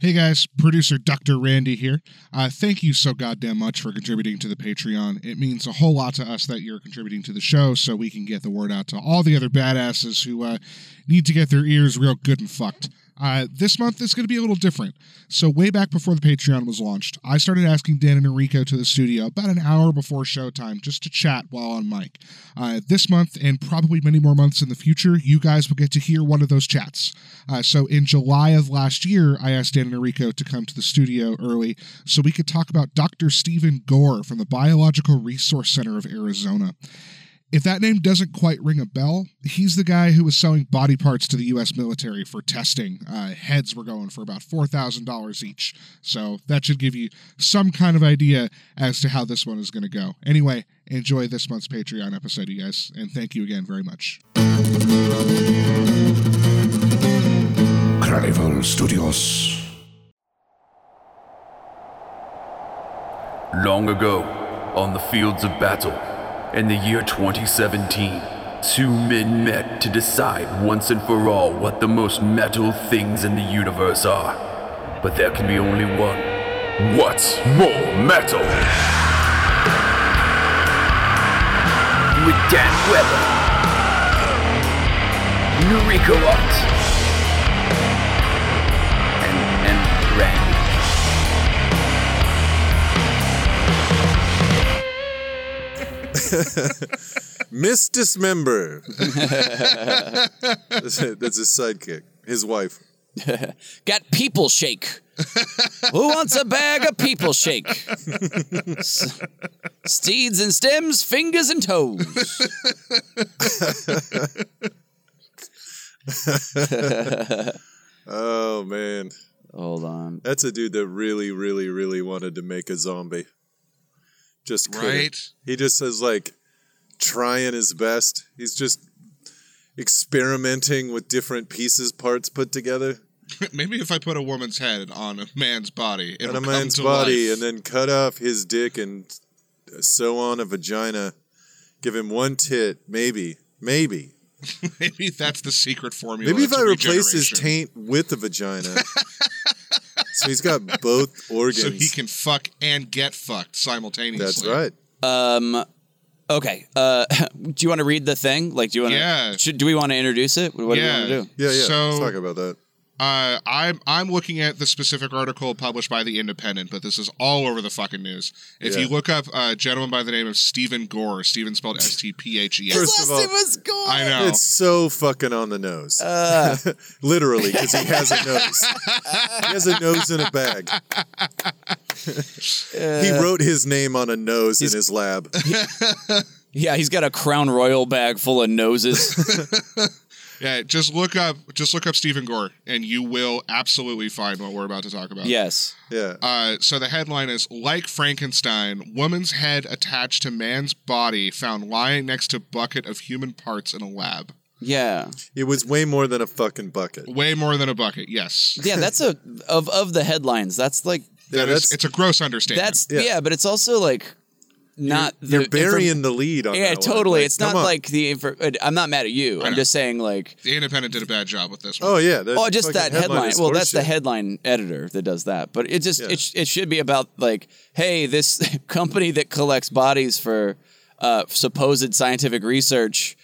Hey guys, producer Dr. Randy here. Uh, thank you so goddamn much for contributing to the Patreon. It means a whole lot to us that you're contributing to the show so we can get the word out to all the other badasses who uh, need to get their ears real good and fucked. Uh, this month is going to be a little different. So, way back before the Patreon was launched, I started asking Dan and Enrico to the studio about an hour before showtime just to chat while on mic. Uh, this month, and probably many more months in the future, you guys will get to hear one of those chats. Uh, so, in July of last year, I asked Dan and Enrico to come to the studio early so we could talk about Dr. Stephen Gore from the Biological Resource Center of Arizona. If that name doesn't quite ring a bell, he's the guy who was selling body parts to the U.S. military for testing. Uh, heads were going for about $4,000 each. So that should give you some kind of idea as to how this one is going to go. Anyway, enjoy this month's Patreon episode, you guys, and thank you again very much. Carnival Studios. Long ago, on the fields of battle, in the year 2017, two men met to decide once and for all what the most metal things in the universe are. But there can be only one. What's more metal? With Dan Weber, Noriko Ott, and, and Randy. Miss Dismember. that's, that's his sidekick, his wife. Got people shake. Who wants a bag of people shake? S- steeds and stems, fingers and toes. Oh man, Hold on. that's a dude that really, really, really wanted to make a zombie. Just couldn't. Right? He just is like trying his best. He's just experimenting with different pieces, parts put together Maybe if I put a woman's head on a man's body, it'll on a come man's to body, life. and then cut off his dick and sew on a vagina. Give him one tit, maybe, maybe. maybe that's the secret formula. Maybe if to I replace his regeneration. taint with a vagina. so he's got both organs. so he can fuck and get fucked simultaneously. That's right. Okay. Uh, do you want to read the thing? Like, do you want to? Yeah. Should, do we want to introduce it? What Yeah. do we want to do? Yeah, yeah. So- Let's talk about that. Uh, I'm I'm looking at the specific article published by the Independent, but this is all over the fucking news. If Yeah. you look up a gentleman by the name of Stephen Gore, Stephen spelled S T P H E First S. of all, I know. it's so fucking on the nose. Ah. Literally, because he has a nose. he has a nose in a bag. he wrote his name on a nose in his lab. Yeah, he's got a Crown Royal bag full of noses. yeah, just look up just look up Stephen Gore, and you will absolutely find what we're about to talk about. yes. Yeah. Uh, so the headline is like Frankenstein, woman's head attached to man's body found lying next to bucket of human parts in a lab. Yeah. It was way more than a fucking bucket. Way more than a bucket. Yes, Yeah, that's a of of the headlines. That's like Yeah, That is- that's, it's a gross understatement. that's Yeah. yeah, but it's also like not you're the inform- burying the lead on Yeah, that one. totally. Like, it's come not on. like the. Infor- uh, I'm not mad at you. I'm know. just saying, like, the Independent did a bad job with this one. Oh yeah. that oh, just fucking that headline. is Well, that's the horseshit. headline editor that does that. But it just Yeah. it, sh- it should be about like, hey, this company that collects bodies for uh, supposed scientific research,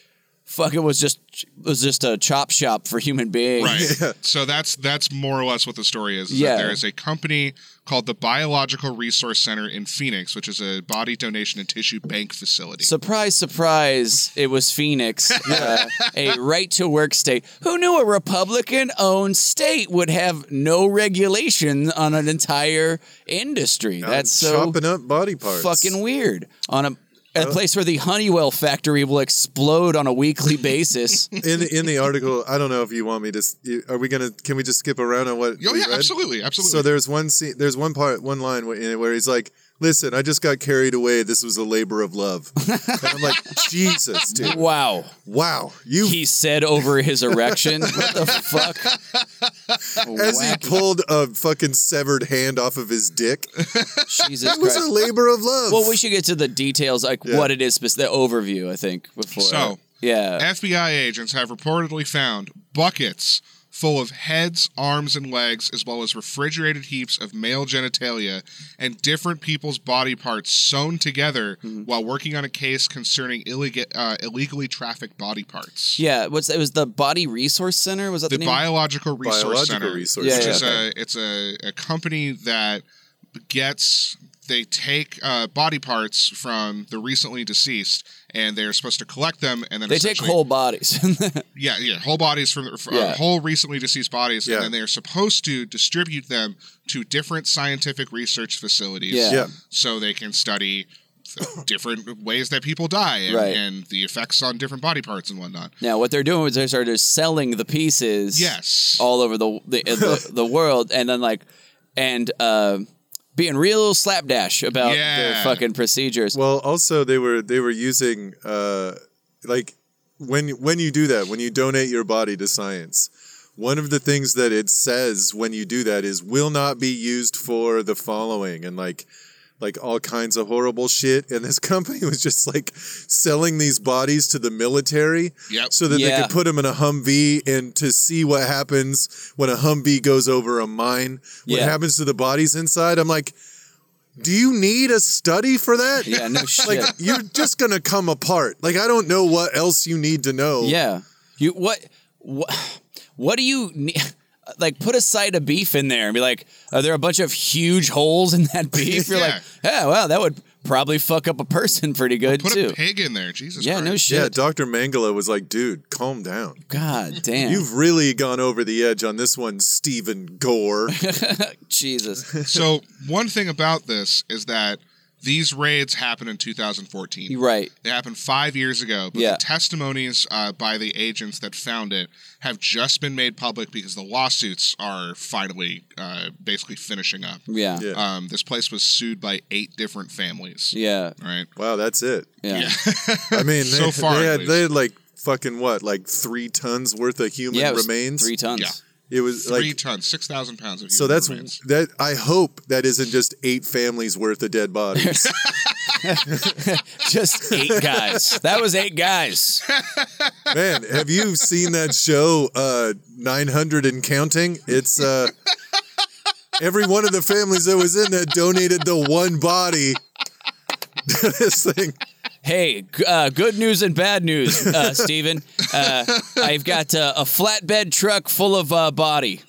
fucking was just was just a chop shop for human beings. Right. So that's that's more or less what the story is. is Yeah. That there is a company called the Biological Resource Center in Phoenix, which is a body donation and tissue bank facility. Surprise, surprise! It was Phoenix, uh, a right-to-work state. Who knew a Republican-owned state would have no regulation on an entire industry? I'm That's so chopping up body parts. fucking weird. On a a place where the Honeywell factory will explode on a weekly basis. in in the article, I don't know if you want me to. s- you- Are we gonna? Can we just skip around on what? oh we yeah, read? absolutely, absolutely. So there's one scene. There's one part, one line where, in it where he's like, "Listen, I just got carried away. This was a labor of love." and I'm like, "Jesus, dude! wow. Wow, you." He said over his erection. What the fuck? as he Whack. pulled a fucking severed hand off of his dick, Jesus it was Christ. a labor of love. Well, we should get to the details, like Yeah. what it is, spec- the overview, I think, before. So, yeah. FBI agents have reportedly found buckets full of heads, arms, and legs, as well as refrigerated heaps of male genitalia and different people's body parts sewn together Mm-hmm. while working on a case concerning illega- uh, illegally trafficked body parts. Yeah, what's it was the Body Resource Center? Was that the, The name? Biological Resource Biological Center, Resource which Center. is Yeah, a it's a, a company that gets they take uh, body parts from the recently deceased, and they're supposed to collect them, and then they take essentially- whole bodies. yeah, yeah, whole bodies from uh, Yeah. whole recently deceased bodies, Yeah. and then they are supposed to distribute them to different scientific research facilities, Yeah. Yeah. so they can study different ways that people die and, Right. and the effects on different body parts and whatnot. now, what they're doing is they started selling the pieces. Yes, all over the the, the, the world, and then like and uh, being real slapdash about their Yeah. fucking procedures. Well, also they were they were using uh, like when when you do that when you donate your body to science. One of the things that it says when you do that is will not be used for the following and like like all kinds of horrible shit and this company was just like selling these bodies to the military Yep. so that they Yeah. could put them in a Humvee and to see what happens when a Humvee goes over a mine what Yeah. happens to the bodies inside I'm like do you need a study for that yeah, no like shit. you're just gonna come apart. Like I don't know what else you need to know. yeah, you what what what do you need? Like put a side of beef in there and be like, are there a bunch of huge holes in that beef? You're like, yeah, wow, that would probably fuck up a person pretty good put too. a pig in there, Jesus. yeah, Christ. no Yeah, shit. Dr. Mangala was like, dude, calm down. God damn, You've really gone over the edge on this one, Stephen Gore. Jesus, so one thing about this is that these raids happened in 2014. You're right? They happened five years ago, but Yeah. the testimonies uh, by the agents that found it have just been made public because the lawsuits are finally uh, basically finishing up. Yeah, Yeah. yeah, Um, this place was sued by eight different families. yeah. Right. wow, that's it. yeah. I mean, they, So far, they at had least. they had like fucking what, like three tons worth of human it was remains. three tons. Yeah. it was Three like tons, six thousand pounds of human so that's remains. that. I hope that isn't just eight families worth of dead bodies. Just eight guys. That was eight guys. Man, have you seen that show uh 900 and counting? It's uh every one of the families that was in that donated the one body to this thing. Hey, g- uh, good news and bad news, uh, Steven. Uh, I've got uh, a flatbed truck full of uh, body.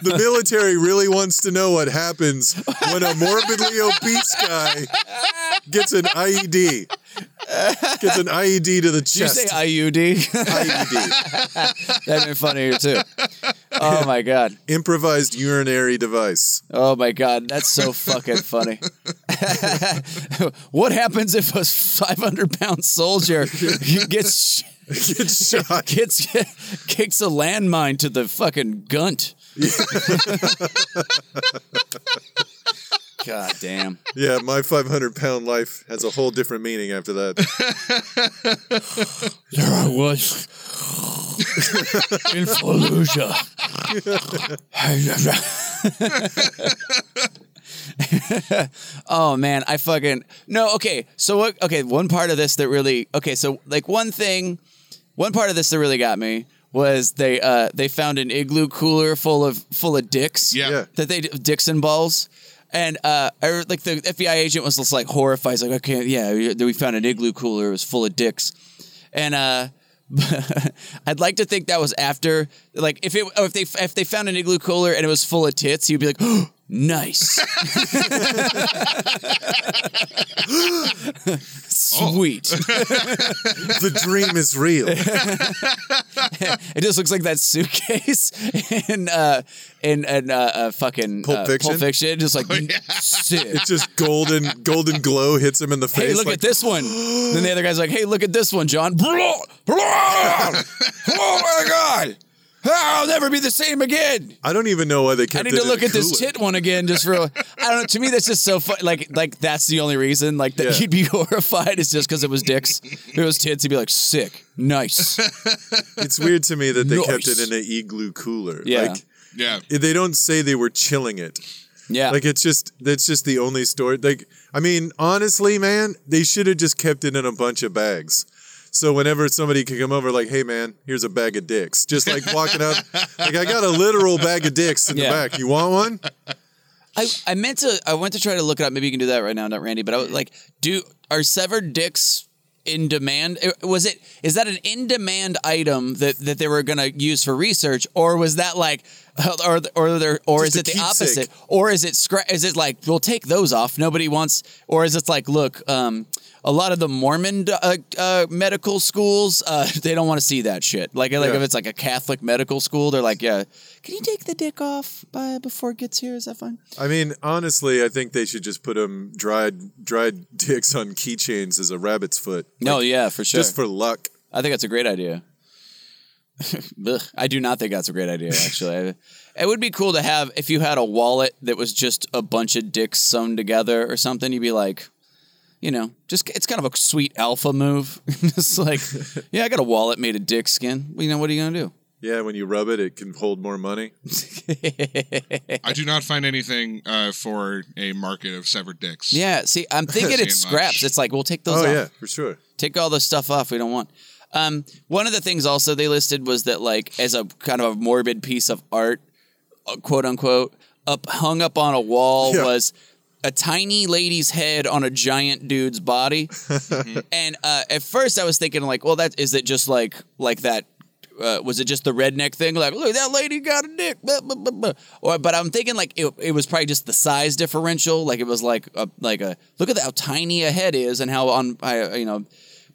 The military really wants to know what happens when a morbidly obese guy gets an IED. Gets an IED to the Did you chest. say IUD? IED. That'd been funnier too. Oh my god. Improvised urinary device. Oh my god. That's so fucking funny. what happens if a 500 pound soldier gets Gets shot. gets kicks a landmine to the fucking gunt? god damn. Yeah, my 500 pound life has a whole different meaning after that. There I was in Fallujah. oh man, I fucking no. Okay, so what? Okay, one part of this that really okay. So like one thing, one part of this that really got me was they uh they found an igloo cooler full of full of dicks Yeah. Yeah. that they Dixon balls. And uh, I, like the FBI agent was just like horrified. He's like, okay, yeah, we found an igloo cooler. It was full of dicks. And uh, I'd like to think that was after, like, if it oh, if they if they found an igloo cooler and it was full of tits, you'd be like, oh, nice, sweet. the dream is real. It just looks like that suitcase in uh in in uh, uh fucking Pulp uh, Fiction? Oh, Pulp Fiction. Just like sick. It's just golden golden glow hits him in the face. hey, look like, at this one. then the other guy's like, hey, look at this one, John. oh my God. I'll never be the same again. I don't even know why they I kept. need it to in look a at this cooler. tit one again just for I don't know. To me, that's just so fun. Like, like that's the only reason. Like that Yeah. you'd be horrified is just because it was dicks. if it was tits, you'd be like, sick, nice. It's weird to me that they kept Nice. it in an igloo cooler. Yeah. Like Yeah. they don't say they were chilling it. Yeah. Like it's just that's just the only story. Like I mean, honestly, man, they should have just kept it in a bunch of bags. So whenever somebody could come over, like, "Hey man, here's a bag of dicks," just like walking up, like I got a literal bag of dicks in Yeah. the back. You want one? I, I meant to I went to try to look it up. Maybe you can do that right now, not Randy. But I was like, do are severed dicks in demand? Uh, Was it is that an in demand item that that they were gonna use for research, or was that like, or or there or Just is a it the keepsake. opposite, or is it scra- is it like we'll take those off? Nobody wants, or is it like look, um, a lot of the Mormon uh, uh, medical schools uh, they don't want to see that shit. Like like Yeah. if it's like a Catholic medical school, they're like, yeah, can you take the dick off by before it gets here? Is that fine? I mean, honestly, I think they should just put them dried dried dicks on keychains as a rabbit's foot, No, yeah, for sure. just for luck. I think that's a great idea. Ugh, I do not think that's a great idea. Actually, I- it would be cool to have if you had a wallet that was just a bunch of dicks sewn together or something. You'd be like, you know, just it's kind of a sweet alpha move. it's like, yeah, I got a wallet made of dick skin. Well, you know, what are you gonna do? Yeah, when you rub it, it can hold more money. I do not find anything uh, for a market of severed dicks. Yeah, see, I'm thinking it's Seeing scraps. much. It's like we'll take those. Oh off. yeah, for sure. take all the stuff off we don't want um, one of the things also they listed was that like as a kind of a morbid piece of art uh, quote unquote up hung up on a wall Yeah. was a tiny lady's head on a giant dude's body and uh, at first i was thinking like well that is it just like like that uh, was it just the redneck thing? Like, look, that lady got a dick. Blah, blah, blah, blah. Or, but I'm thinking like it, it was probably just the size differential. Like it was like a like a look at how tiny a head is and how on I, uh, you know,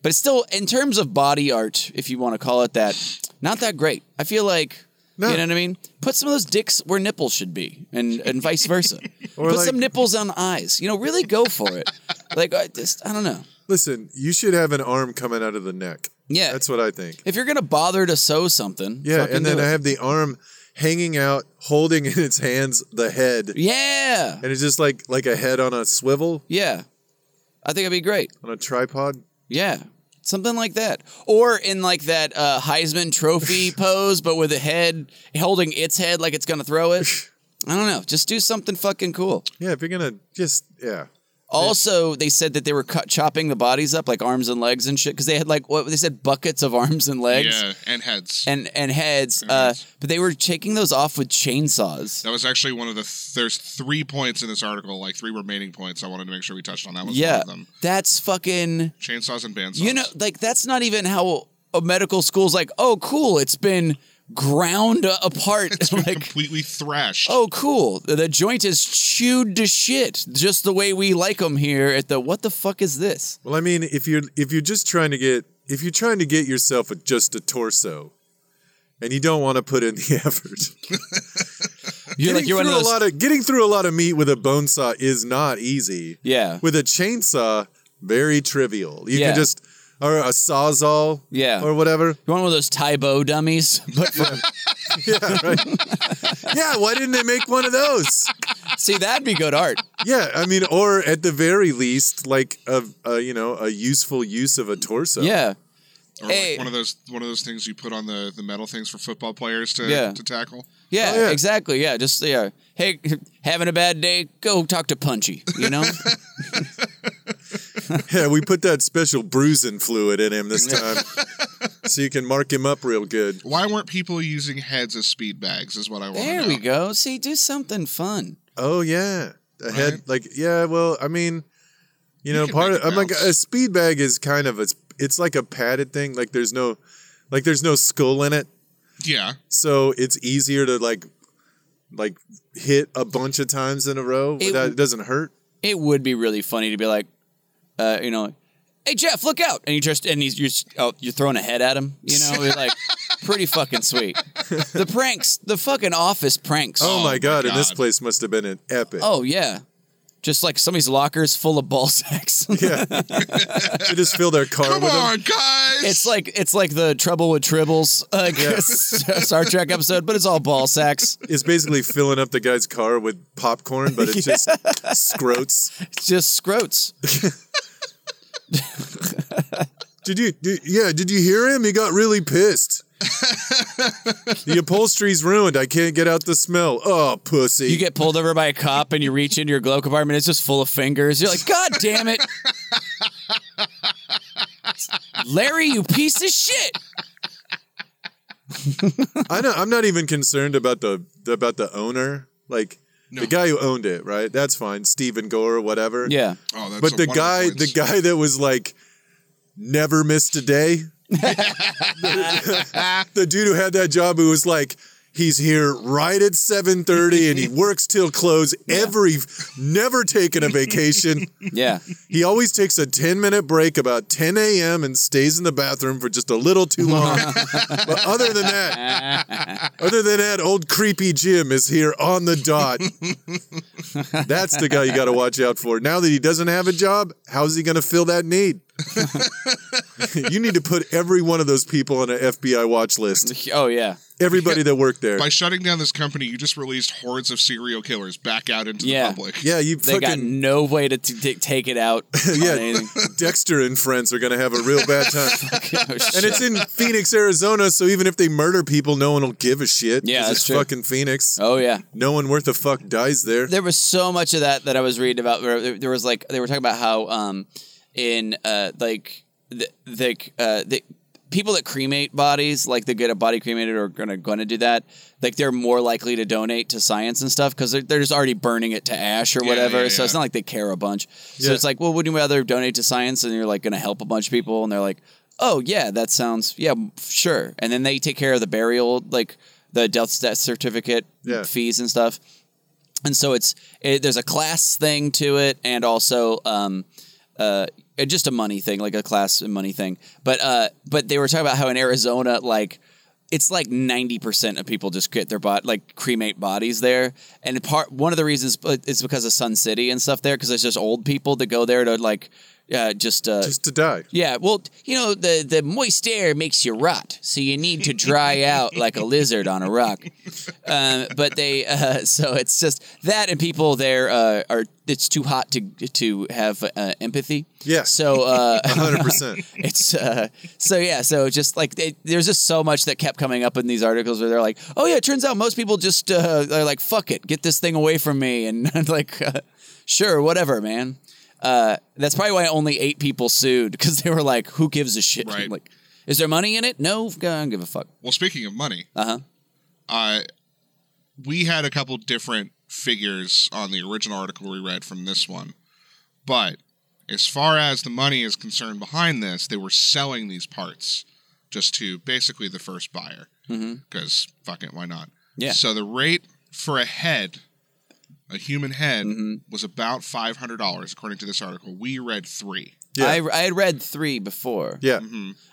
but it's still in terms of body art, if you want to call it that, not that great. I feel like. No. You know what I mean? Put some of those dicks where nipples should be, and, and vice versa. Or Put like- some nipples on eyes. You know, really go for it. like I just, I don't know. Listen, you should have an arm coming out of the neck. Yeah. that's what I think. If you're gonna bother to sew something, Yeah, fucking and then do it. I have the arm hanging out, holding in its hands the head, yeah, and it's just like like a head on a swivel Yeah. I think it'd be great. on a tripod. Yeah. Something like that. Or in like that uh, Heisman Trophy pose, but with a head holding its head like it's going to throw it. I don't know. Just do something fucking cool. Yeah, if you're gonna just yeah, Also, they said that they were cut, chopping the bodies up like arms and legs and shit because they had like what they said buckets of arms and legs Yeah, and heads. and and heads. Uh, but they were taking those off with chainsaws. that was actually one of the. Th- there's three points in this article, like three remaining points. I wanted to make sure we touched on that. Was Yeah, one of them. that's fucking. Chainsaws and bandsaws. You know, like that's not even how a medical school's like, oh, cool, it's been ground apart. like, completely thrashed. oh, cool, the joint is chewed to shit, just the way we like them here at the what the fuck is this? Well, I mean, if you're if you're just trying to get if you're trying to get yourself a, just a torso, and you don't want to put in the effort, You're getting like, you're one through of a those. lot of getting through a lot of meat with a bone saw is not easy. yeah. With a chainsaw, very trivial. You Yeah. can just or a sawzall, Yeah. or whatever. You're one of those Tybo dummies, but for, Yeah, why didn't they make one of those? see that'd be good art. Yeah, I mean, or at the very least, like a, a you know a useful use of a torso. Yeah, or hey. like one of those one of those things you put on the the metal things for football players to Yeah. to tackle. yeah, Oh, yeah. exactly. Yeah, just yeah. Hey, having a bad day? Go talk to Punchy. You know, yeah. We put that special bruising fluid in him this time, so you can mark him up real good. Why weren't people using heads as speed bags? Is what I want. there to know. we go. See, do something fun. Oh yeah, a head Right. like yeah. Well, I mean, you, know, can part make of it I'm like bounce. a speed bag is kind of it's it's like a padded thing. Like there's no like there's no skull in it, Yeah, so it's easier to like like hit a bunch of times in a row It- without it doesn't hurt. it would be really funny to be like, uh, you know, hey Jeff, look out, and you just and he's you're s- oh, you're throwing a head at him, you know, it's like pretty fucking sweet. The pranks, the fucking office pranks. Oh, my my god! And this God. place must have been an epic. Oh, yeah, just like somebody's locker is full of ball sacks. Yeah, they just fill their car come with them. on, guys. It's like it's like the trouble with tribbles, uh, Star Trek episode, but it's all ball sacks. It's basically filling up the guy's car with popcorn, but it's just scrotes. It's just scrotes. Did you? Did, yeah. Did you hear him? He got really pissed. the upholstery's ruined. I can't get out the smell. Oh, pussy. You get pulled over by a cop and you reach into your glove compartment. It's just full of fingers. You're like, God damn it. Larry, you piece of shit. I know, I'm not even concerned about the about the owner, like the guy who owned it, right? That's fine, Stephen Gore, whatever. Yeah. Oh, that's but a the wonderful guy, the insight. guy that was like, never missed a day. the dude who had that job who was like, he's here right at seven thirty and he works till close every, never taken a vacation. Yeah. He always takes a 10 minute break about 10 a.m. and stays in the bathroom for just a little too long. but other than that, other than that, old creepy Jim is here on the dot. That's the guy you got to watch out for. Now that he doesn't have a job, how's he going to fill that need? you need to put every one of those people on an FBI watch list. Oh, yeah. Everybody that worked there. By shutting down this company, you just released hordes of serial killers back out into Yeah. the public. Yeah, you They got fucking no way to t- t- take it out. on Yeah. anything. Dexter and friends are going to have a real bad time. Oh, shit. And it's in Phoenix, Arizona, so even if they murder people, no one will give a shit. Yeah, 'cause that's it's true. fucking Phoenix. oh, yeah. No one worth a fuck dies there. there was so much of that that I was reading about. Where there- there was like they were talking about how um, in uh, like the like uh, the people that cremate bodies, like they get a body cremated or gonna gonna do that, like they're more likely to donate to science and stuff because they're, they're just already burning it to ash or Yeah, whatever. yeah, So it's yeah. not like they care a bunch. So Yeah. it's like, well, would you rather donate to science and you're like gonna help a bunch of people and they're like, oh yeah, that sounds yeah sure, and then they take care of the burial like the death death certificate Yeah. fees and stuff and so it's it, there's a class thing to it and also um uh and just a money thing like a class and money thing but uh but they were talking about how in arizona like it's like 90% of people just get their bot like cremate bodies there and part one of the reasons uh, is because of sun city and stuff there because it's just old people that go there to like uh, just uh, Just to die. yeah, well, you know, the, the moist air makes you rot, so you need to dry out like a lizard on a rock. Um, but they, uh, so it's just that, and people there uh, are. It's too hot to to have uh, empathy. Yeah. So uh, 100%. it's uh, so yeah, so just like they, there's just so much that kept coming up in these articles where they're like, oh yeah, it turns out most people just uh, they're like, fuck it, get this thing away from me, and I'm like, uh, sure, whatever, man. Uh, that's probably why only eight people sued because they were like, who gives a shit? Right. Like, is there money in it? No, I don't give a fuck. Well, speaking of money, Uh-huh. uh, we had a couple different figures on the original article we read from this one, but as far as the money is concerned behind this, they were selling these parts just to basically the first buyer because fuck it, why not? Mm-hmm. Yeah. So the rate for a head, a human head, Mm-hmm. was about five hundred dollars according to this article. We read three. Yeah. I I had read three before. Yeah.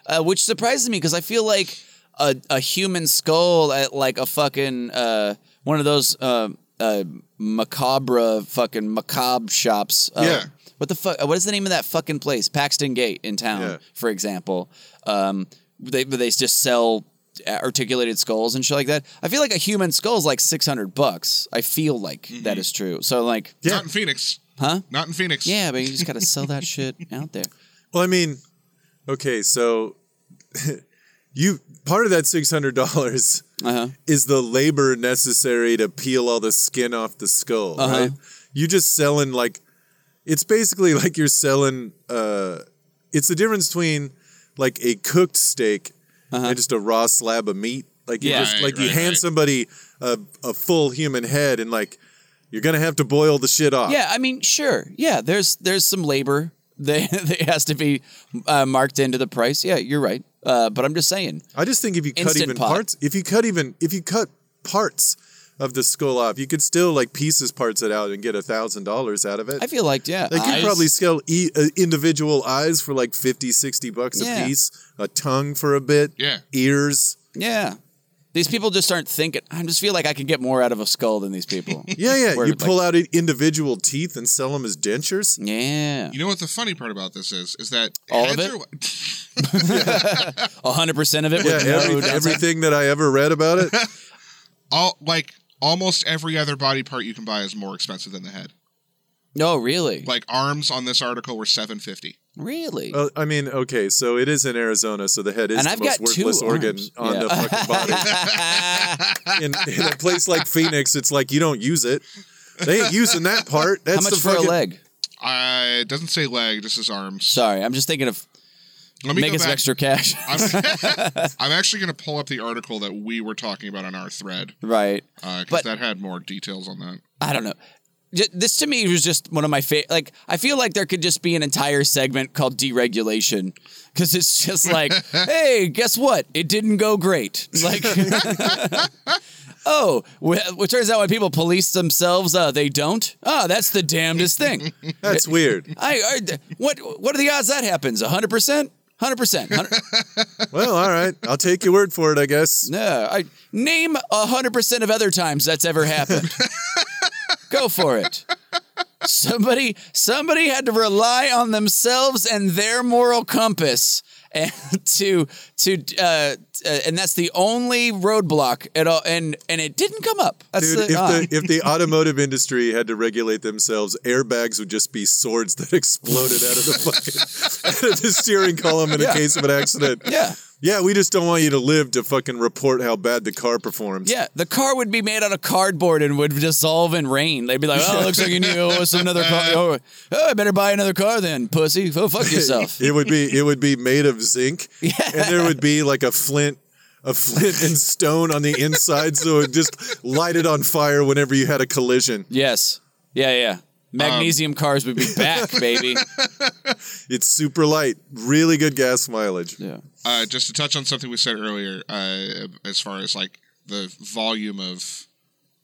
uh, which surprises me because I feel like a, a human skull at like a fucking uh, one of those uh, uh, macabre fucking macabre shops. Uh, Yeah. What the fuck? What is the name of that fucking place? Paxton Gate in town, Yeah. for example. Um, they they just sell articulated skulls and shit like that. I feel like a human skull is like six hundred bucks. I feel like that Mm-hmm. is true. So like, Yeah. Not in Phoenix. huh? Not in Phoenix. Yeah, but you just gotta sell that shit out there. Well, I mean, okay, so you part of that $600 Uh huh. is the labor necessary to peel all the skin off the skull, Uh-huh. right? You just selling like it's basically like you're selling uh it's the difference between like a cooked steak and just a raw slab of meat. Like you Uh-huh. Yeah. just Right, like you right, hand right. somebody a, a full human head and like you're gonna have to boil the shit off. Yeah, I mean, sure. Yeah, there's there's some labor that, that has to be uh, marked into the price. Yeah, you're right. Uh, but I'm just saying. I just think if you cut Instant even pot. parts, if you cut even if you cut parts of the skull off, you could still like pieces parts it out and get a thousand dollars out of it. I feel like yeah, They could eyes- probably sell e- uh, individual eyes for like 50, 60 bucks Yeah. a piece, a tongue for a bit, Yeah. ears. yeah. These people just aren't thinking. I just feel like I can get more out of a skull than these people. Yeah, yeah. Where, you like- pull out i- individual teeth and sell them as dentures. yeah, You know what the funny part about this is? Is that All of heads it? are- hundred percent of it. Yeah, With every, no downside. everything that I ever read about it. all like almost every other body part you can buy is more expensive than the head. No, really, Like arms on this article were seven fifty. really. Well, I mean, okay, so it is in Arizona, so the head is And the I've most got two worthless organ arms. on the Yeah. fucking body. in, in a place like Phoenix, it's like you don't use it. They ain't using that part. That's How much the for fucking, a leg? Uh, it doesn't say leg, just says arms. Sorry, I'm just thinking of Let me Make go us some back. extra cash. I'm, I'm actually going to pull up the article that we were talking about on our thread right. because But- that had more details on that. I don't know. J- This to me was just one of my favorite. Like, I feel like there could just be an entire segment called deregulation because it's just like, hey, guess what? It didn't go great. Like, oh, well, it turns out when people police themselves, uh, they don't. Oh, that's the damnedest thing. That's weird. I, I what what are the odds that happens? hundred percent, hundred percent. well, all right. I'll take your word for it, I guess. No, Uh, I name hundred percent of other times that's ever happened. Go for it. Somebody, somebody had to rely on themselves and their moral compass, and to to uh, uh, and that's the only roadblock at all. And and it didn't come up. That's Dude, if the, ah. the if the automotive industry had to regulate themselves, airbags would just be swords that exploded out of the fucking out of the steering column in a Yeah. case of an accident. yeah. Yeah, we just don't want you to live to fucking report how bad the car performs. Yeah, the car would be made out of cardboard and would dissolve in rain. They'd be like, "Oh, looks like you need to owe us another car. Oh, oh, I better buy another car then, pussy. Go fuck yourself." It would be it would be made of zinc, and there would be like a flint, a flint and stone on the inside, so it just lighted on fire whenever you had a collision. yes, yeah, yeah. Magnesium cars would be back, baby. It's super light, really good gas mileage. Yeah, Uh, just to touch on something we said earlier, uh, as far as like the volume of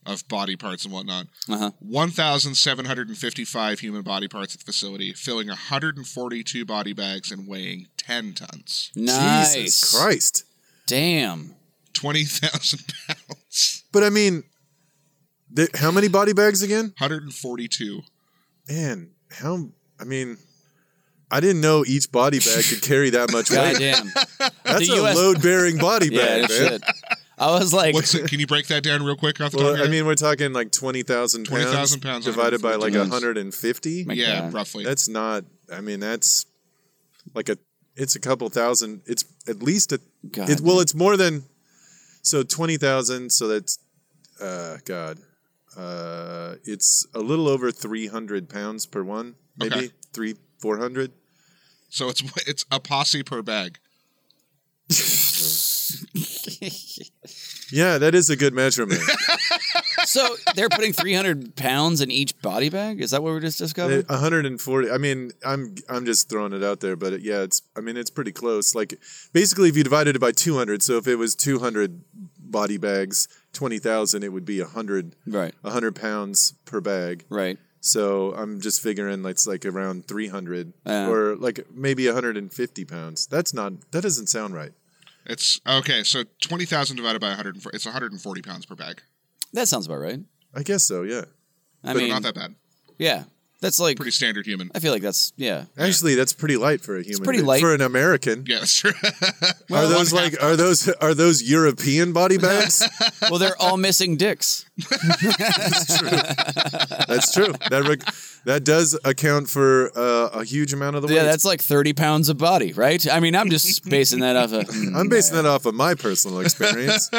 of body parts and whatnot, Uh-huh. thousand seven hundred and fifty five human body parts at the facility, filling one hundred and forty two body bags and weighing ten tons, nice. Jesus Christ! Damn. twenty thousand pounds, But I mean, th- how many body bags again? one hundred and forty two. Man, how? I mean, I didn't know each body bag could carry that much weight. Goddamn. That's the a US load-bearing body yeah, bag, man. shit. I was like, What's it? Can you break that down real quick off the top of Well, your I head? mean, we're talking like 20,000 pounds, 20,000 pounds, divided by like 140 150. My- yeah, God. roughly. That's not, I mean, that's like a, it's a couple thousand. It's at least a, God. it, well, it's more than, so 20,000. So that's, uh, God, uh, it's a little over 300 pounds per one, maybe Okay. three, 400. so it's it's a posse per bag. Yeah, that is a good measurement. so they're putting 300 pounds in each body bag? Is that what we just discovered? It- 140 i mean i'm i'm just throwing it out there but it, yeah it's i mean it's pretty close like basically if you divided it by 200 so if it was 200 body bags 20000 it would be 100 right, 100 pounds per bag right. so i'm just figuring it's like around 300 Uh. or like maybe 150 pounds that's not that doesn't sound right It's okay. So twenty thousand divided by one hundred. It's one hundred and forty pounds per bag. That sounds about right. i guess so yeah I But mean, not that bad. yeah. That's like, Pretty standard human. I feel like that's, yeah. actually that's pretty light for a human pretty being- light. for an american Yeah, that's true. are those like are those are those european body bags Well, they're all missing dicks. That's true. That rec- that does account for uh, a huge amount of the weight. Yeah, that's like 30 pounds of body, right? I mean, I'm just basing that off of. I'm basing that off of my personal experience.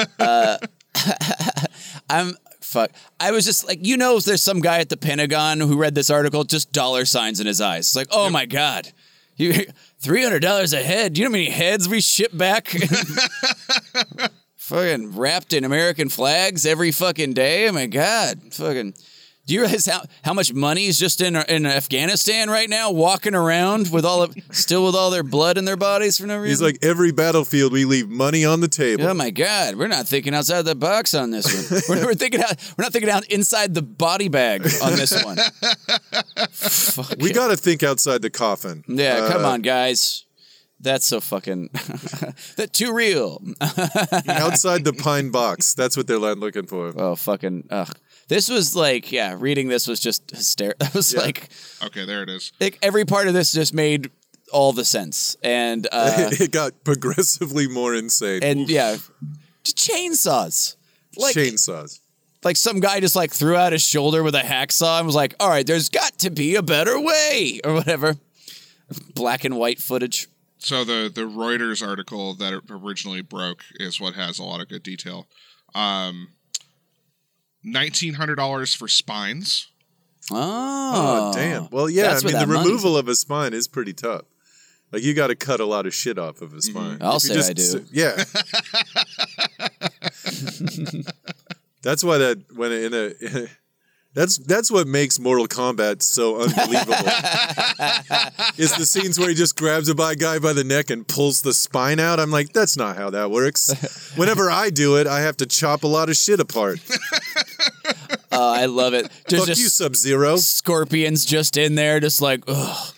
I'm fuck. I was just like, you know, there's some guy at the Pentagon who read this article, just dollar signs in his eyes. It's like, oh my god, you three hundred dollars a head. You know how many heads we ship back? fucking wrapped in American flags every fucking day. Oh my god, fucking. Do you realize how, how much money is just in in Afghanistan right now, walking around with all of still with all their blood in their bodies for no reason? He's like every battlefield, we leave money on the table. Oh my God, we're not thinking outside the box on this one. We're, we're thinking out, we're not thinking out inside the body bag on this one. Fuck we it. got to think outside the coffin. yeah. Uh, come on, guys. That's so fucking that too real. outside the pine box. That's what they're like looking for. Oh fucking ugh. This was like yeah. Reading this was just hysterical. That was Yeah. like, okay, there it is. like every part of this just made all the sense and uh, it got progressively more insane. and yeah, chainsaws. Like Chainsaws. like some guy just like threw out his shoulder with a hacksaw and was like, "All right, there's got to be a better way," or whatever. Black and white footage. So the the Reuters article that originally broke is what has a lot of good detail. Um, nineteen hundred dollars for spines. Oh, Oh, damn. Well, yeah. That's I mean, where the that money's- removal of a spine is pretty tough. Like you got to cut a lot of shit off of a spine. Mm-hmm. I'll If you say I do. Yeah. that's why that when in a that's that's what makes Mortal Kombat so unbelievable. is the scenes where he just grabs a by guy by the neck and pulls the spine out. I'm like, that's not how that works. Whenever I do it, I have to chop a lot of shit apart. Uh, I love it. There's Fuck just you, Sub Zero. scorpions just in there, just like, ugh,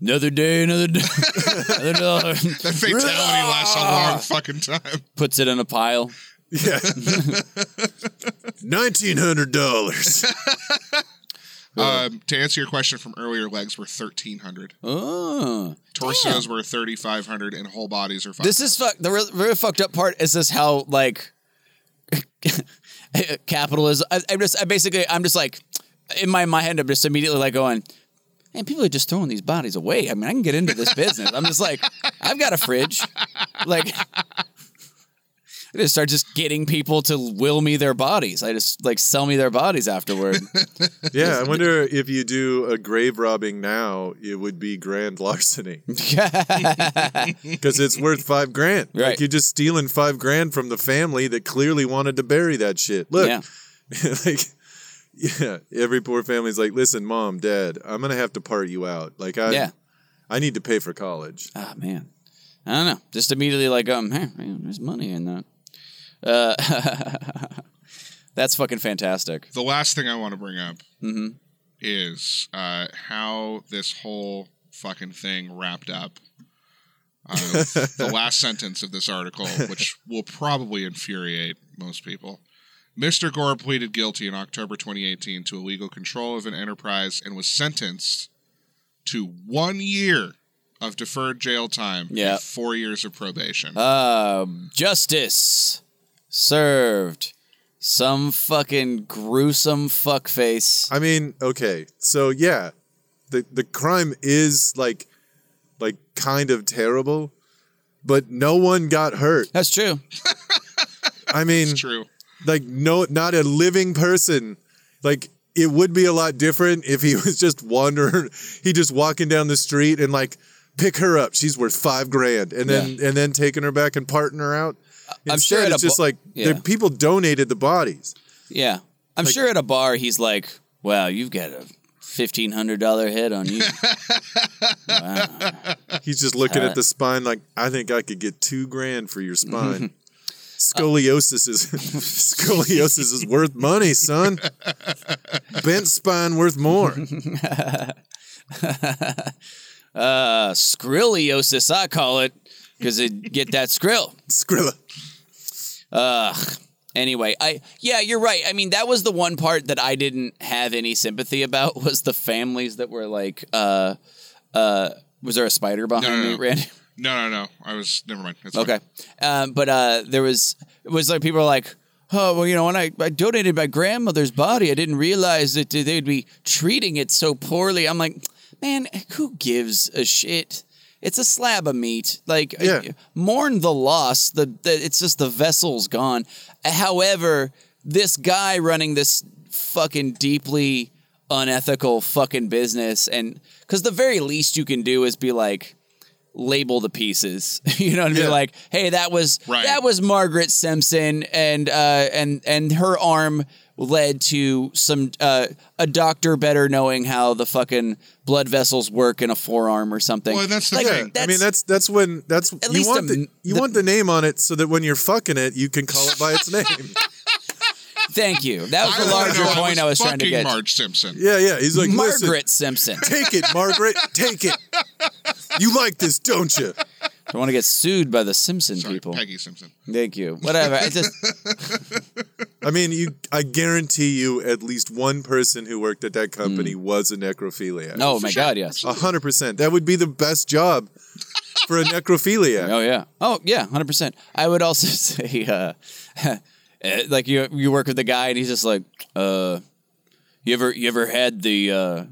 another day, another day. another dollar." That fatality lasts a long fucking time. Puts it in a pile. Yeah. Nineteen hundred dollars. Um, to answer your question from earlier, legs were thirteen hundred, Oh. torsos were thirty five hundred, and whole bodies are. 5, This is fuck. The real, real fucked up part is this how like capitalism. I, I'm just I basically I'm just like in my my head I'm just immediately like going. And people are just throwing these bodies away. I mean, I can get into this business. I'm just like, I've got a fridge. Like, I just start just getting people to will me their bodies. I just like sell me their bodies afterward. Yeah, I wonder if you do a grave robbing now, it would be grand larceny because it's worth five grand. Right. Like you're just stealing five grand from the family that clearly wanted to bury that shit. Look, yeah. like, yeah, every poor family's like, listen, mom, dad, I'm gonna have to part you out. Like, I, Yeah. I need to pay for college. Ah, man. I don't know. Just immediately like, um, hey, man, there's money in that. Uh, that's fucking fantastic. the last thing I want to bring up Mm-hmm. is uh, how this whole fucking thing wrapped up. Uh, the last sentence of this article, which will probably infuriate most people. Mr. Gore pleaded guilty in October 2018 to illegal control of an enterprise and was sentenced to one year of deferred jail time Yeah. and four years of probation. Um, justice served. Some fucking gruesome fuckface. I mean, okay, so yeah, the the crime is like, like kind of terrible, but no one got hurt. That's true. I mean, it's true. like no not a living person like it would be a lot different if he was just wandering he just walking down the street and like pick her up she's worth five grand and then and then taking her back and parting her out I'm sure Instead, at a it's just bo- like yeah. the people donated the bodies Yeah. I'm sure at a bar he's like, wow, you've got a $1,500 head on you. he's just looking at the spine like i think i could get two grand for your spine Mm-hmm. scoliosis is scoliosis is worth money son bent spine worth more uh, scriliosis, I call it, because it get that skrill. skrilla Ugh. Anyway, I yeah, you're right. I mean, that was the one part that I didn't have any sympathy about was the families that were like, uh, uh, was there a spider behind No, no, me, no. Randy? No, no, no. I was never mind. It's fine. Okay, um, but uh, there was it was like people were like, oh well, you know, when I, I donated my grandmother's body, I didn't realize that they'd be treating it so poorly. I'm like, man, who gives a shit? It's a slab of meat. Like, Yeah. mourn the loss. The, the it's just the vessel's gone. However, this guy running this fucking deeply unethical fucking business, and because the very least you can do is be like label the pieces. you know what I mean? Yeah. Like, hey, that was Right. that was Margaret Simpson, and uh, and and her arm led to some uh, a doctor better knowing how the fucking blood vessels work in a forearm or something. Well, that's the Like, thing. I mean, that's that's when that's you least want a- the, you the- want the name on it so that when you're fucking it, you can call it by its name. Thank you. That was the wanna larger know point I was trying to fucking get. Marge Simpson. Yeah, yeah. He's like, "Listen, Margaret Simpson. take it, Margaret, take it. You like this, don't you? I want to get sued by the Simpson Sorry, people. Peggy Simpson. Thank you. Whatever. I just I mean, you. I guarantee you, at least one person who worked at that company Hmm. was a necrophiliac. oh my god, yes. Uh, a hundred percent. That would be the best job for a necrophiliac. Oh yeah. Oh yeah, hundred percent. I would also say, uh, eh, like you you work with the guy and he's just like, uh, you ever you ever had the uh,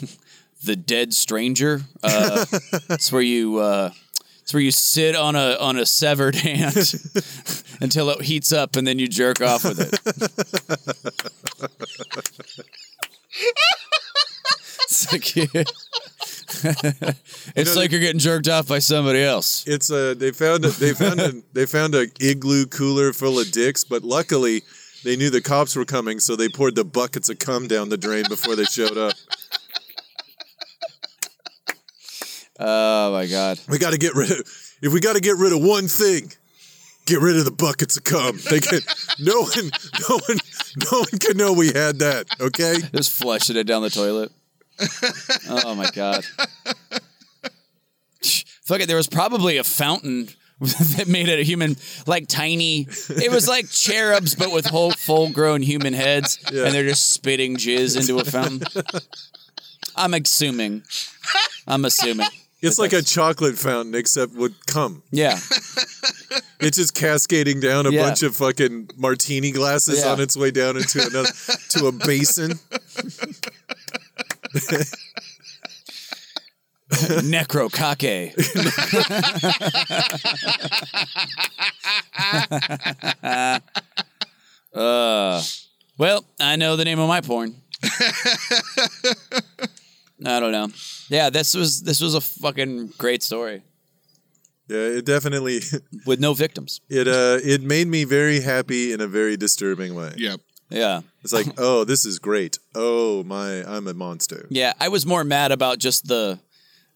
the dead stranger? Uh, it's where you uh, it's where you sit on a on a severed hand until it heats up and then you jerk off with it. it's like, yeah. It's like you're getting jerked off by somebody else. It's a they found a, they found a, they found a igloo cooler full of dicks, but luckily they knew the cops were coming, so they poured the buckets of cum down the drain before they showed up. Oh my god. We got to get rid of if we got to get rid of one thing, get rid of the buckets of cum. They can, no one, no one, no one can know we had that. Okay, Just flushing it down the toilet. oh my god. Fuck it. There was probably a fountain that made it a human, like tiny. It was like cherubs, but with whole full-grown human heads, Yeah. and they're just spitting jizz into a fountain. I'm assuming. I'm assuming. it's like a chocolate fountain except with cum. Yeah. It's just cascading down a Yeah. bunch of fucking martini glasses Yeah. on its way down into another to a basin. Necrocake. uh, well, I know the name of my porn. I don't know. Yeah, this was this was a fucking great story Yeah, it definitely with no victims. it uh it made me very happy in a very disturbing way. Yep. Yeah. It's like, oh, this is great. Oh my, I'm a monster. Yeah, I was more mad about just the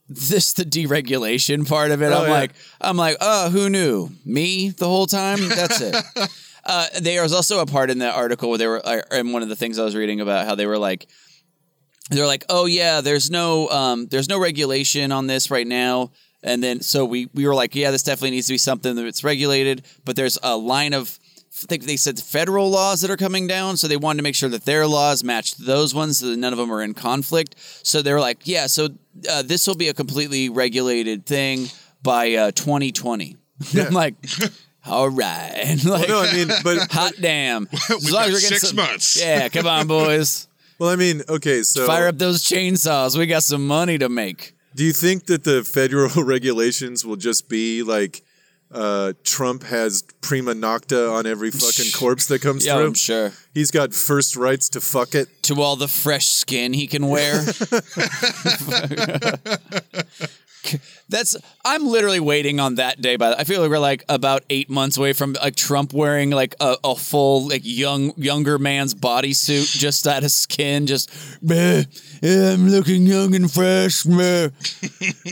this the deregulation part of it. Oh, I'm yeah. like I'm like, uh, who knew? Me the whole time? That's it. uh, there was also a part in that article where they were uh, in one of the things I was reading about how they were like they're like, "Oh yeah, there's no um there's no regulation on this right now." And then so we we were like, "Yeah, this definitely needs to be something that's regulated, but there's a line of I think they said federal laws that are coming down, so they wanted to make sure that their laws matched those ones, so that none of them are in conflict. So they were like, "Yeah, so uh, this will be a completely regulated thing by uh, 2020." I'm like, "All right, like, No, I mean, but hot damn!" As got long as we're getting six some- months. Yeah, come on, boys. well, I mean, okay, so Fire up those chainsaws. We got some money to make. Do you think that the federal regulations will just be like uh, Trump has prima nocta on every fucking corpse that comes Yeah, through? I'm sure. He's got first rights to fuck it. To all the fresh skin he can wear. That's I'm literally waiting on that day. By the, I feel like we're like about eight months away from like Trump wearing like a, a full like young younger man's bodysuit just out of skin. Just "Meh, I'm looking young and fresh. meh."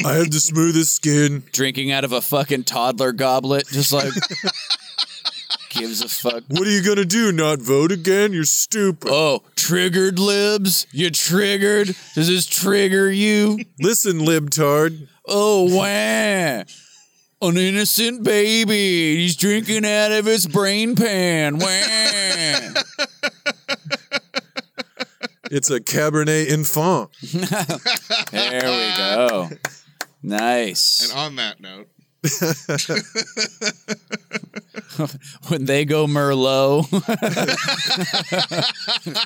I have the smoothest skin. Drinking out of a fucking toddler goblet. Just like gives a fuck. What are you gonna do? Not vote again? You're stupid. Oh, triggered libs? You triggered? Does this trigger you? Listen, libtard. Oh, wow. An innocent baby. He's drinking out of his brain pan. Wow. It's a Cabernet Infant. There we go. And Nice. on that note, When they go Merlot,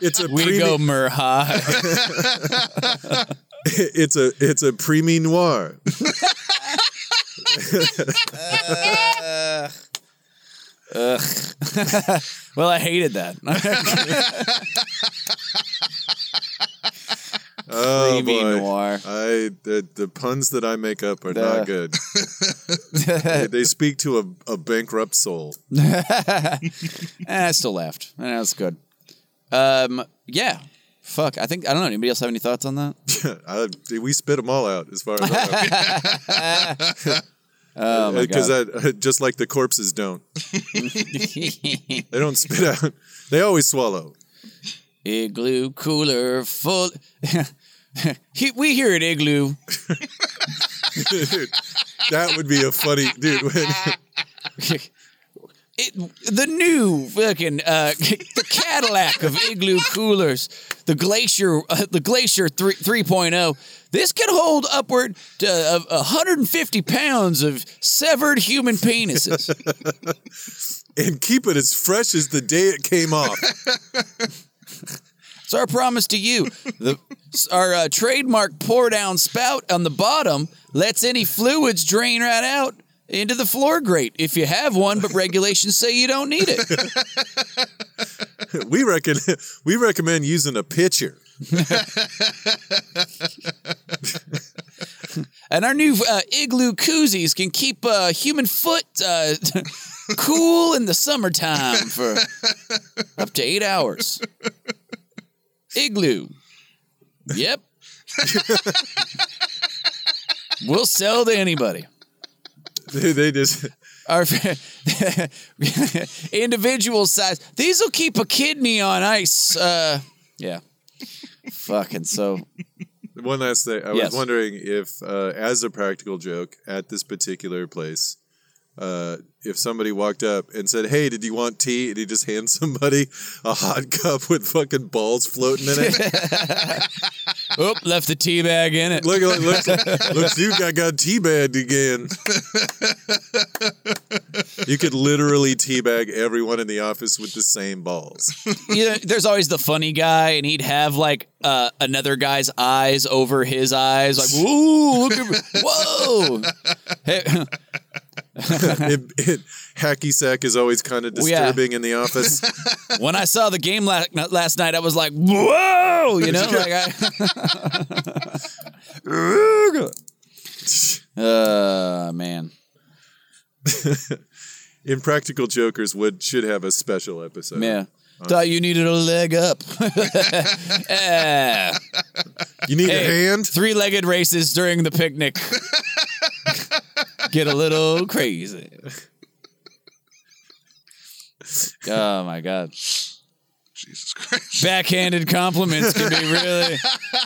It's a we premi- go Merhigh. It's a it's a premi noir. Well, I hated that. Oh Creamy boy. noir. I the, the puns that I make up are The- not good. they, they speak to a, a bankrupt soul. Eh, I still laughed. Eh, That's good. Um, yeah. Fuck. I think I don't know. Anybody else have any thoughts on that? I, we spit them all out as far as I Oh know. my Because god. just like the corpses don't. They don't spit out. They always swallow. Igloo cooler full. He- we here at Igloo. Dude, that would be a funny dude. When, it, the new fucking uh, the Cadillac of Igloo coolers, the Glacier uh, the Glacier 3, 3.0. oh. This can hold upward to, uh, of 150 pounds of severed human penises. and keep it as fresh as the day it came off. It's our promise to you. The, our uh, trademark pour down spout on the bottom lets any fluids drain right out into the floor grate if you have one, but regulations say you don't need it. We reckon we recommend using a pitcher. And our new uh, igloo koozies can keep uh, human foot uh, cool in the summertime for up to eight hours. Igloo. Yep. we'll sell to anybody. They, they just Our individual size. These will keep a kidney on ice. Uh, yeah. Fucking so. one last thing. I Yes. was wondering if, uh, as a practical joke, at this particular place, uh, if somebody walked up and said, "Hey, did you want tea?" and he just hands somebody a hot cup with fucking balls floating in it. Oop, left the tea bag in it. look, look, look, look, you got got teabagged again. you could literally teabag everyone in the office with the same balls. you know, there's always the funny guy, and he'd have like uh, another guy's eyes over his eyes, like "Ooh, look at me. whoa!" Hey, it, it, hacky sack is always kind of Well, yeah. disturbing in the office. when I saw the game la- last night, I was like, "Whoa!" You know, like I. uh man, Impractical Jokers would should have a special episode. yeah. Thought you needed a leg up. Eh. You need Hey, a hand? Three-legged races during the picnic. Get a little crazy. Oh my god. Jesus Christ. Backhanded compliments can be really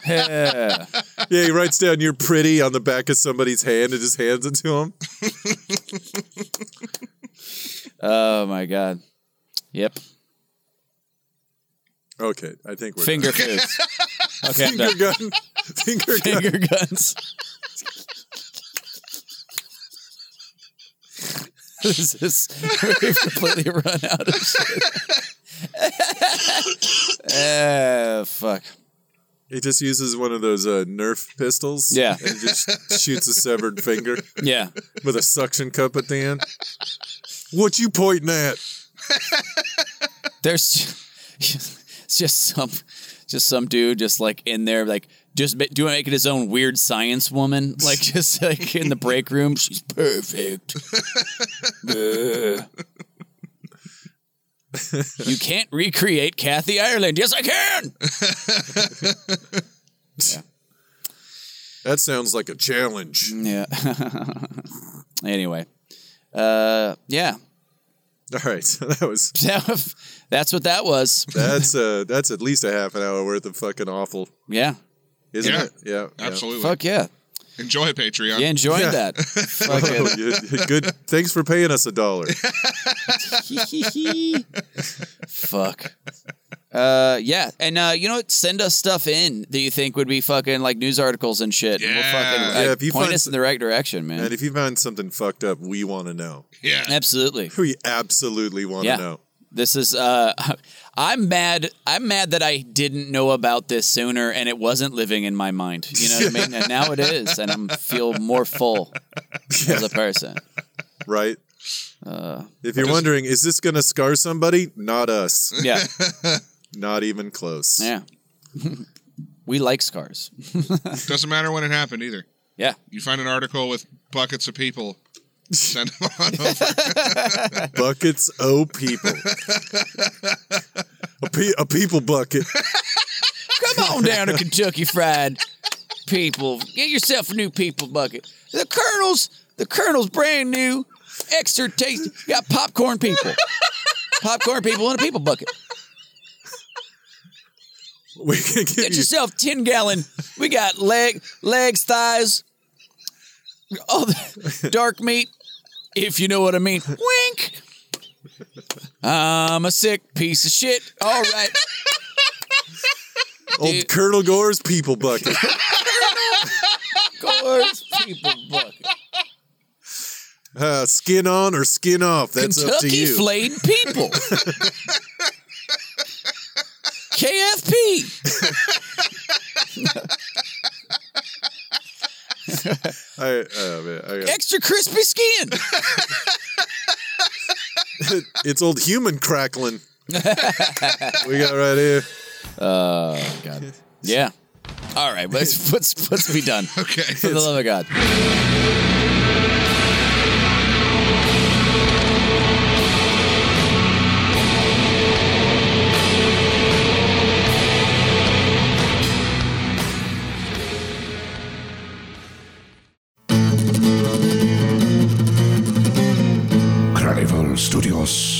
Yeah. Yeah, he writes down you're pretty on the back of somebody's hand and just hands it to him. Oh my god. Yep. Okay, I think we're Finger foods. Okay. I'm done. done. Finger gun. Finger gun. Finger guns. this is we've completely run out of shit. Eh, fuck. He just uses one of those uh, Nerf pistols. Yeah. And just shoots a severed finger Yeah. with a suction cup at the end. What you pointing at? There's ju- it's just some just some dude just like in there like just ma- doing making his own weird science woman like just like in the break room she's perfect. Bleh. you can't recreate Kathy Ireland. Yes, I can. That sounds like a challenge. Yeah. anyway, uh, yeah, All right, that was That was- that's what that was. that's uh that's at least a half an hour worth of fucking awful, Yeah. isn't Yeah. it? Yeah, yeah. Absolutely. Fuck yeah. Enjoy Patreon. You enjoyed Yeah. that. Fuck yeah. Oh, you- you- good. Thanks for paying us a dollar. Fuck. Uh, yeah, and uh, you know what? Send us stuff in that you think would be fucking like news articles and shit. Yeah. and we'll fucking Yeah, like, if you point find us in the right direction, man. And if you find something fucked up, we want to know. Yeah. Absolutely. We absolutely want to Yeah. know. This is. Uh, I'm mad. I'm mad that I didn't know about this sooner, and it wasn't living in my mind. You know what I mean? And now it is, and I'm feel more full as a person. right? Uh, if you're wondering, is this going to scar somebody? Not us. Yeah. Not even close. Yeah. we like scars. Doesn't matter when it happened either. Yeah. You find an article with buckets of people. Send them on over. Buckets oh people. a, pe- a people bucket. Come on down to Kentucky Fried People. Get yourself a new people bucket. The Colonel's the Colonel's brand new, extra tasty. Got popcorn people. Popcorn people in a people bucket. We can give Get you yourself ten gallon. We got leg, legs, thighs, all the dark meat, if you know what I mean. Wink. I'm a sick piece of shit. All right. old dude. Colonel Gore's people bucket. Gore's people bucket. Uh, skin on or skin off. That's up to Kentucky you. flayed people. KFP. I, oh, man, I- Extra crispy skin. it's old human crackling. we got right here. Yeah. All right, let's let's, let's be done. Okay. For the love of God. Carnival Studios.